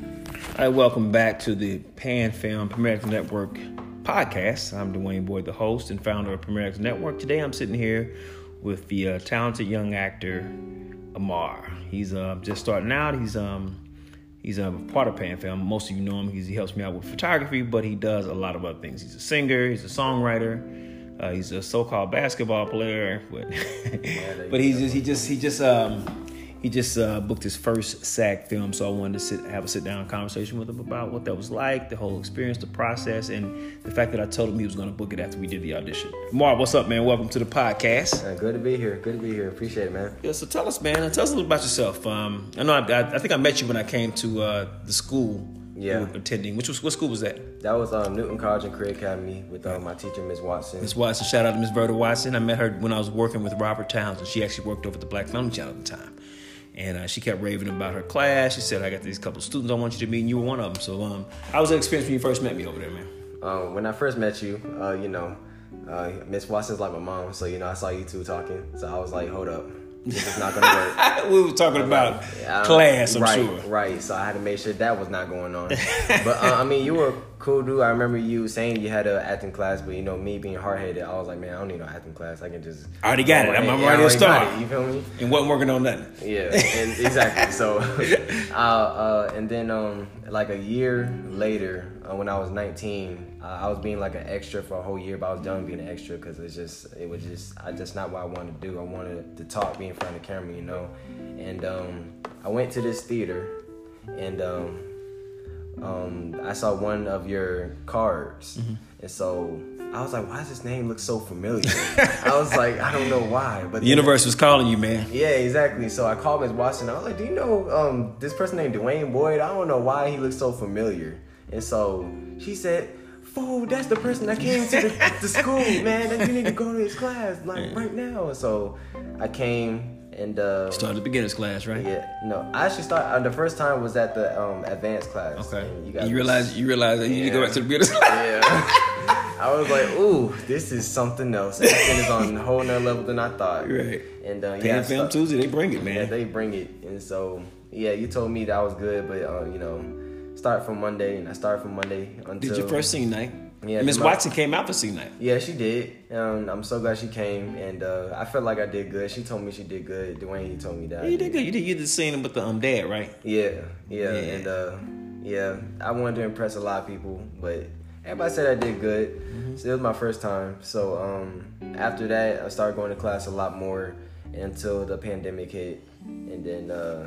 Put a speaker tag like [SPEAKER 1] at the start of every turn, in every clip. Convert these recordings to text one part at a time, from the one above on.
[SPEAKER 1] All right, welcome back to the Pan Film Premier X Network podcast. I'm Dwayne Boyd, the host and founder of Premier X Network. Today, I'm sitting here with the uh, talented young actor Amar. He's uh, just starting out. He's um he's a part of Pan Film. Most of you know him. He's, he helps me out with photography, but he does a lot of other things. He's a singer. He's a songwriter. Uh, he's a so-called basketball player, but but he's just he just he just um he just uh, booked his first SAG film, so I wanted to sit, have a sit down conversation with him about what that was like, the whole experience, the process, and the fact that I told him he was going to book it after we did the audition. Mark, what's up, man? Welcome to the podcast.
[SPEAKER 2] Uh, good to be here. Good to be here. Appreciate it, man.
[SPEAKER 1] Yeah, so tell us, man. Tell us a little about yourself. Um, I know I, I, I think I met you when I came to uh, the school
[SPEAKER 2] Yeah.
[SPEAKER 1] you were attending. Which was what school was that?
[SPEAKER 2] That was um, Newton College and Career Academy with um, my teacher, Ms. Watson.
[SPEAKER 1] Miss Watson. Shout out to Miss Verda Watson. I met her when I was working with Robert Towns, and she actually worked over at the Black Family Channel at the time. And uh, she kept raving about her class. She said, "I got these couple students I want you to meet, and you were one of them." So, um, how was that experience when you first met me over there, man?
[SPEAKER 2] Um, when I first met you, uh, you know, uh, Ms. Watson's like my mom, so you know, I saw you two talking, so I was like, hold up, this is not gonna work.
[SPEAKER 1] we were talking about
[SPEAKER 2] Yeah, I-
[SPEAKER 1] class, I'm
[SPEAKER 2] right,
[SPEAKER 1] sure.
[SPEAKER 2] Right, so I had to make sure that was not going on. but uh, I mean, you were a cool dude. I remember you saying you had an acting class, but you know, me being hard headed, I was like, man, I don't need no acting class. I can just.
[SPEAKER 1] I already got it. I'm- I'm
[SPEAKER 2] Yeah, I
[SPEAKER 1] already a
[SPEAKER 2] got
[SPEAKER 1] star.
[SPEAKER 2] it. You feel me?
[SPEAKER 1] And wasn't working on nothing.
[SPEAKER 2] Yeah, and exactly. So, uh, uh, and then um, like a year later, uh, when I was 19, uh, I was being like an extra for a whole year, but I was done being an extra because it's just it was just I just not what I wanted to do. I wanted to talk, be in front of the camera, you know. And um, I went to this theater, and um, um, I saw one of your cards, and so. I was like, why does this name look so familiar? I was like, I don't know why, but
[SPEAKER 1] The
[SPEAKER 2] then-
[SPEAKER 1] universe was calling you, man.
[SPEAKER 2] yeah, exactly. So I called Miss Watson. I was like, "Do you know um, this person named Dwayne Boyd? I don't know why he looks so familiar." And so she said, "Fool, that's the person that came to the, the school, man. That you need to go to his class like right now." And so I came and uh,
[SPEAKER 1] Started the beginners class, right?
[SPEAKER 2] yeah, no, I actually started. Uh, the first time was at the um, advanced class.
[SPEAKER 1] Okay.
[SPEAKER 2] And
[SPEAKER 1] You,
[SPEAKER 2] guys-
[SPEAKER 1] realize you realize that you need to go
[SPEAKER 2] Yeah.
[SPEAKER 1] back to the beginners class.
[SPEAKER 2] yeah. I was like, ooh, this is something else. Acting is on a whole nother level than I thought.
[SPEAKER 1] Right.
[SPEAKER 2] And uh, yeah, I
[SPEAKER 1] Pan Film
[SPEAKER 2] start-
[SPEAKER 1] Tuesday, they bring it,
[SPEAKER 2] yeah,
[SPEAKER 1] man.
[SPEAKER 2] they bring it, and so yeah, you told me that I was good, but uh, you know, start from Monday, and I started from Monday until.
[SPEAKER 1] Did your first scene night?
[SPEAKER 2] Yeah,
[SPEAKER 1] Miss
[SPEAKER 2] my-
[SPEAKER 1] Watson came out for scene night.
[SPEAKER 2] Yeah, she did. Um, I'm so glad she came, and uh, I felt like I did good. She told me she did good. Dwayne, you told me that. I
[SPEAKER 1] You did good. You did. You did the scene with the um dad, right?
[SPEAKER 2] Yeah, yeah,
[SPEAKER 1] Yeah.
[SPEAKER 2] and uh, yeah, I wanted to impress a lot of people, but everybody said I did good.
[SPEAKER 1] Mm-hmm.
[SPEAKER 2] So it was my first time. So um, after that, I started going to class a lot more until the pandemic hit, and then uh,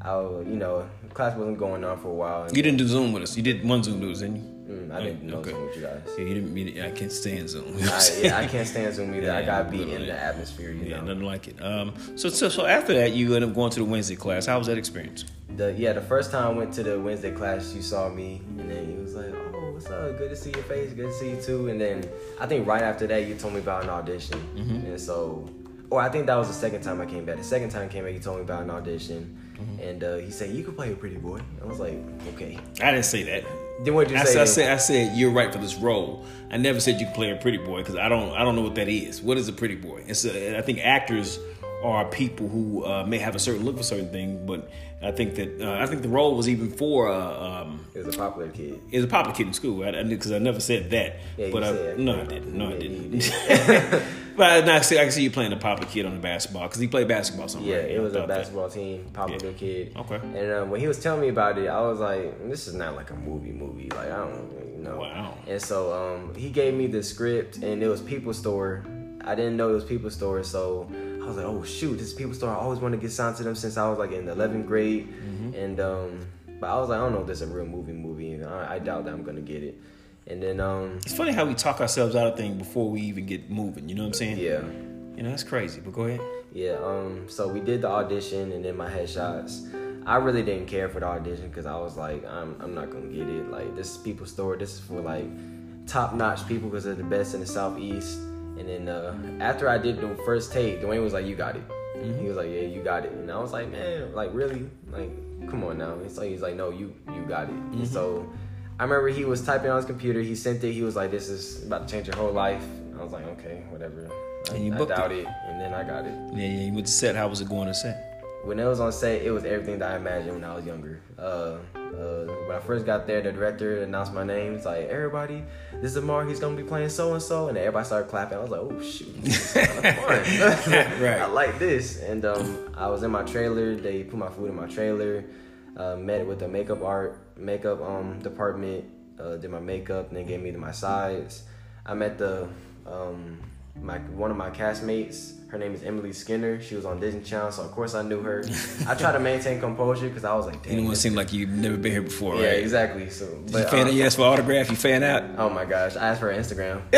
[SPEAKER 2] I, was- you know, class wasn't going on for a while. And,
[SPEAKER 1] You didn't do Zoom with us. You did one Zoom news, didn't you? Oh,
[SPEAKER 2] Mm, I didn't know
[SPEAKER 1] Okay.
[SPEAKER 2] Zoom with you guys.
[SPEAKER 1] Yeah, you didn't. You didn't- I can't stand Zoom.
[SPEAKER 2] I, yeah, I can't stand Zoom either. I
[SPEAKER 1] Yeah,
[SPEAKER 2] got beat in
[SPEAKER 1] literally.
[SPEAKER 2] the atmosphere, you
[SPEAKER 1] Yeah,
[SPEAKER 2] know.
[SPEAKER 1] nothing like it. Um, so, so so after that, you end up going to the Wednesday class. How was that experience?
[SPEAKER 2] The yeah, the first time I went to the Wednesday class, you saw me, and then you was like, "Oh, what's up? Good to see your face. Good to see you too." And then I think right after that, you told me about an audition,
[SPEAKER 1] Mm-hmm.
[SPEAKER 2] and so, or I think that was the second time I came back. The second time I came back, you told me about an audition,
[SPEAKER 1] Mm-hmm.
[SPEAKER 2] and uh, he said you could play a pretty boy. I was like, okay.
[SPEAKER 1] I didn't say that.
[SPEAKER 2] Then what did you
[SPEAKER 1] I,
[SPEAKER 2] say?
[SPEAKER 1] said, I
[SPEAKER 2] then?
[SPEAKER 1] said I said you're right for this role. I never said you could play a pretty boy because I don't I don't know what that is. What is a pretty boy? And so and I think actors are people who uh, may have a certain look for certain thing, but I think that uh, I think the role was even for uh, um,
[SPEAKER 2] it was a popular kid.
[SPEAKER 1] It was a popular kid in school, right? Because I, never said that.
[SPEAKER 2] Yeah, you
[SPEAKER 1] but I,
[SPEAKER 2] said-
[SPEAKER 1] no, I didn't. No, I
[SPEAKER 2] Yeah,
[SPEAKER 1] didn't.
[SPEAKER 2] you
[SPEAKER 1] but I, no, I, see, I can see you playing a popular kid on the basketball because he played basketball somewhere.
[SPEAKER 2] Yeah,
[SPEAKER 1] right?
[SPEAKER 2] it
[SPEAKER 1] I
[SPEAKER 2] was a
[SPEAKER 1] thought that.
[SPEAKER 2] basketball team, popular kid.
[SPEAKER 1] Okay.
[SPEAKER 2] And um, when he was telling me about it, I was like, "This is not like a movie, movie. Like I don't, you know."
[SPEAKER 1] Wow.
[SPEAKER 2] And so um, he gave me the script, and it was People Store. I didn't know it was People Store, so I was like, "Oh shoot, this is People Store." I always wanted to get signed to them since I was like in 11th grade,
[SPEAKER 1] Mm-hmm.
[SPEAKER 2] and um, but I was like, "I don't know if this is a real movie, movie. and I, I doubt that I'm gonna get it." And then um,
[SPEAKER 1] It's funny how we talk ourselves out of things before we even get moving. You know what I'm saying?
[SPEAKER 2] yeah.
[SPEAKER 1] You know that's crazy. But go ahead.
[SPEAKER 2] Yeah, um, so we did the audition and then my headshots. I really didn't care for the audition because I was like, I'm, I'm not gonna get it. Like, this is people's story. This is for like top notch people because they're the best in the southeast. And then uh, after I did the first take, Dwayne was like, "You got it."
[SPEAKER 1] Mm-hmm.
[SPEAKER 2] He was like, "Yeah, you got it." And I was like, "Man, like really? Like, come on now." And so he's like, "No, you you got it."
[SPEAKER 1] Mm-hmm.
[SPEAKER 2] And so I remember he was typing on his computer. He sent it. He was like, "This is about to change your whole life." I was like, "Okay, whatever." I,
[SPEAKER 1] And you
[SPEAKER 2] I
[SPEAKER 1] booked it.
[SPEAKER 2] doubt it. And then I got it.
[SPEAKER 1] Yeah, yeah. You went to set. How was it going to set?
[SPEAKER 2] when it was on set, it was everything that I imagined when I was younger. Uh, uh, when I first got there, the director announced my name. It's like, everybody, this is Amar. He's gonna be playing so and so, and everybody started clapping. I was like, oh shoot, this is kind of fun.
[SPEAKER 1] Right.
[SPEAKER 2] I like this. And um, I was in my trailer. They put my food in my trailer. Uh, met with the makeup art makeup um department. Uh, did my makeup, and they gave me my sides. I met the um my one of my castmates. Her name is Emily Skinner. She was on Disney Channel, so of course I knew her. I tried to maintain composure because I was like,
[SPEAKER 1] You
[SPEAKER 2] "Damn,
[SPEAKER 1] don't want
[SPEAKER 2] this-
[SPEAKER 1] to seem like you've never been here before,
[SPEAKER 2] yeah,
[SPEAKER 1] right?
[SPEAKER 2] exactly." So,
[SPEAKER 1] You
[SPEAKER 2] but,
[SPEAKER 1] fan
[SPEAKER 2] um,
[SPEAKER 1] you asked for autograph, you fan out.
[SPEAKER 2] oh my gosh, I asked for her Instagram.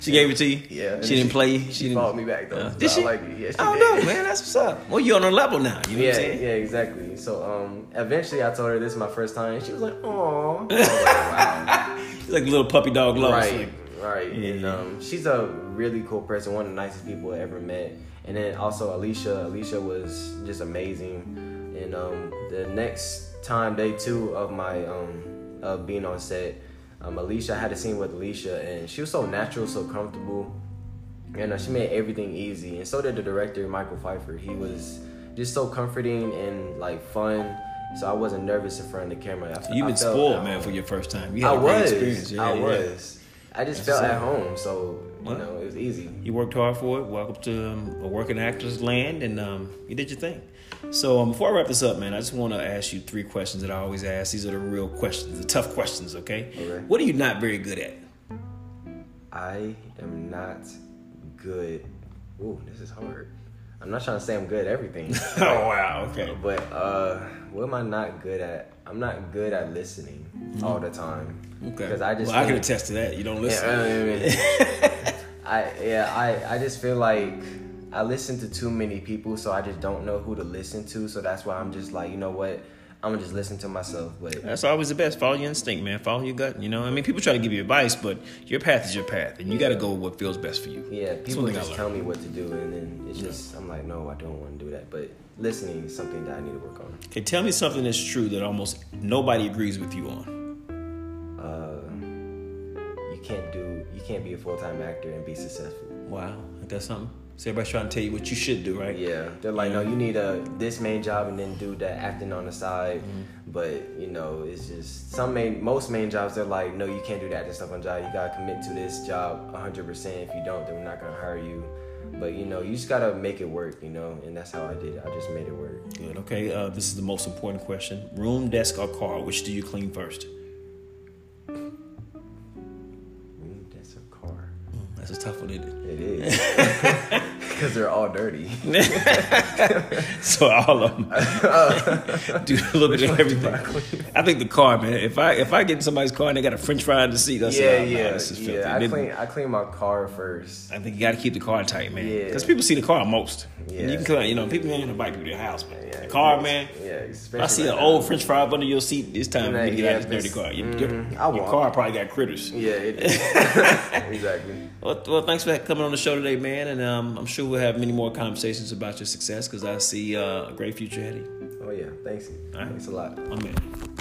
[SPEAKER 1] She gave it to you.
[SPEAKER 2] Yeah, and
[SPEAKER 1] She didn't
[SPEAKER 2] she-
[SPEAKER 1] play. you?
[SPEAKER 2] she
[SPEAKER 1] didn't-
[SPEAKER 2] followed me back, though,
[SPEAKER 1] Uh,
[SPEAKER 2] so
[SPEAKER 1] did
[SPEAKER 2] I
[SPEAKER 1] she? Oh,
[SPEAKER 2] like it. Yeah, she
[SPEAKER 1] I don't
[SPEAKER 2] did.
[SPEAKER 1] know, man. That's what's up. Well, you're on her level now. You know what
[SPEAKER 2] Yeah,
[SPEAKER 1] I'm saying?
[SPEAKER 2] yeah, exactly. So, um, eventually I told her this is my first time. and She was like, "Aw." I was like, wow.
[SPEAKER 1] She's like a little puppy dog love.
[SPEAKER 2] right, right. And
[SPEAKER 1] Yeah.
[SPEAKER 2] um, she's a really cool person, one of the nicest people I ever met. And then also Alicia, Alicia was just amazing. And um, the next time, day two of my um, of being on set, um, Alicia I had a scene with Alicia, and she was so natural, so comfortable, and uh, she made everything easy. And so did the director, Michael Pfeiffer. He was just so comforting and like fun. So I wasn't nervous in front of the camera. I-
[SPEAKER 1] You've
[SPEAKER 2] I
[SPEAKER 1] been
[SPEAKER 2] felt
[SPEAKER 1] spoiled,
[SPEAKER 2] at
[SPEAKER 1] man,
[SPEAKER 2] home.
[SPEAKER 1] for your first time. You had
[SPEAKER 2] I
[SPEAKER 1] a great
[SPEAKER 2] was.
[SPEAKER 1] experience. Yeah,
[SPEAKER 2] I
[SPEAKER 1] yeah.
[SPEAKER 2] was. I just
[SPEAKER 1] That's
[SPEAKER 2] felt
[SPEAKER 1] what's
[SPEAKER 2] at home, so
[SPEAKER 1] Well.
[SPEAKER 2] you know it was easy.
[SPEAKER 1] You worked hard for it. Welcome to um, a working actor's land, and um, you did your thing. So um, before I wrap this up, man, I just want to ask you three questions that I always ask. These are the real questions, the tough questions. Okay.
[SPEAKER 2] Okay.
[SPEAKER 1] What are you not very good at?
[SPEAKER 2] I am not good. Ooh, this is hard. I'm not trying to say I'm good at everything,
[SPEAKER 1] oh wow. Okay.
[SPEAKER 2] but uh, what am I not good at? I'm not good at listening all the time.
[SPEAKER 1] Okay.
[SPEAKER 2] Because I just
[SPEAKER 1] well, I can
[SPEAKER 2] think-
[SPEAKER 1] attest to that. You don't
[SPEAKER 2] Yeah,
[SPEAKER 1] listen.
[SPEAKER 2] I, I- yeah, I, I just feel like I listen to too many people, so I just don't know who to listen to. So that's why I'm just like, you know what? I'm gonna just listen to myself. But
[SPEAKER 1] That's always the best. Follow your instinct, man. Follow your gut. You know, I mean, people try to give you advice, but your path is your path, and you got to go with what feels best for you.
[SPEAKER 2] Yeah,
[SPEAKER 1] That's
[SPEAKER 2] people
[SPEAKER 1] one thing I
[SPEAKER 2] just
[SPEAKER 1] learned.
[SPEAKER 2] tell me what to do, and then it's just I'm like, no, I don't want to do that. But listening is something that I need to work on.
[SPEAKER 1] Okay, tell me something that's true that almost nobody agrees with you on.
[SPEAKER 2] Uh, you can't do, you can't be a full time actor and be successful.
[SPEAKER 1] Wow, ain't that something? So everybody's trying to tell you what you should do, right?
[SPEAKER 2] Yeah, they're like, no, you need a this main job and then do that acting on the side.
[SPEAKER 1] Mm-hmm.
[SPEAKER 2] But you know, it's just some main, most main jobs. They're like, no, you can't do that acting stuff on job. You gotta commit to this job 100. percent If you don't, then we're not gonna hire you. But you know, you just gotta make it work. You know, and that's how I did. it. I just made it work.
[SPEAKER 1] Good. Okay, uh, this is the most important question: room, desk, or car? Which do you clean first?
[SPEAKER 2] Ooh, that's a car.
[SPEAKER 1] That's a tough one, isn't
[SPEAKER 2] It is. Because they're all dirty.
[SPEAKER 1] it? So all of them do a little bit of everything. I think the car, man. If I if I get in somebody's car and they got a French fry in the seat, that's
[SPEAKER 2] yeah,
[SPEAKER 1] nah, nah,
[SPEAKER 2] yeah.
[SPEAKER 1] this is filthy.
[SPEAKER 2] yeah I,
[SPEAKER 1] They-
[SPEAKER 2] clean, I clean my car first.
[SPEAKER 1] I think you got to keep the car tight, man.
[SPEAKER 2] Yeah.
[SPEAKER 1] Because people see the car most.
[SPEAKER 2] Yeah.
[SPEAKER 1] And you can, clear- you know, people ain't invite people to their house, but
[SPEAKER 2] Yeah,
[SPEAKER 1] the car,
[SPEAKER 2] yeah,
[SPEAKER 1] man.
[SPEAKER 2] Yeah, especially.
[SPEAKER 1] I see
[SPEAKER 2] right
[SPEAKER 1] an
[SPEAKER 2] now.
[SPEAKER 1] old French fry up under your seat this time.
[SPEAKER 2] Nah,
[SPEAKER 1] you get
[SPEAKER 2] yeah,
[SPEAKER 1] out of this dirty
[SPEAKER 2] this-
[SPEAKER 1] car. Your, your-
[SPEAKER 2] mm, I
[SPEAKER 1] your
[SPEAKER 2] walk.
[SPEAKER 1] car probably got critters.
[SPEAKER 2] Yeah, it is. exactly.
[SPEAKER 1] Well, well, thanks for coming on the show today, man. And um, I'm sure we'll have many more conversations about your success because I see uh, a great future ahead of you.
[SPEAKER 2] Oh, yeah. Thanks.
[SPEAKER 1] right.
[SPEAKER 2] Thanks a lot.
[SPEAKER 1] My man.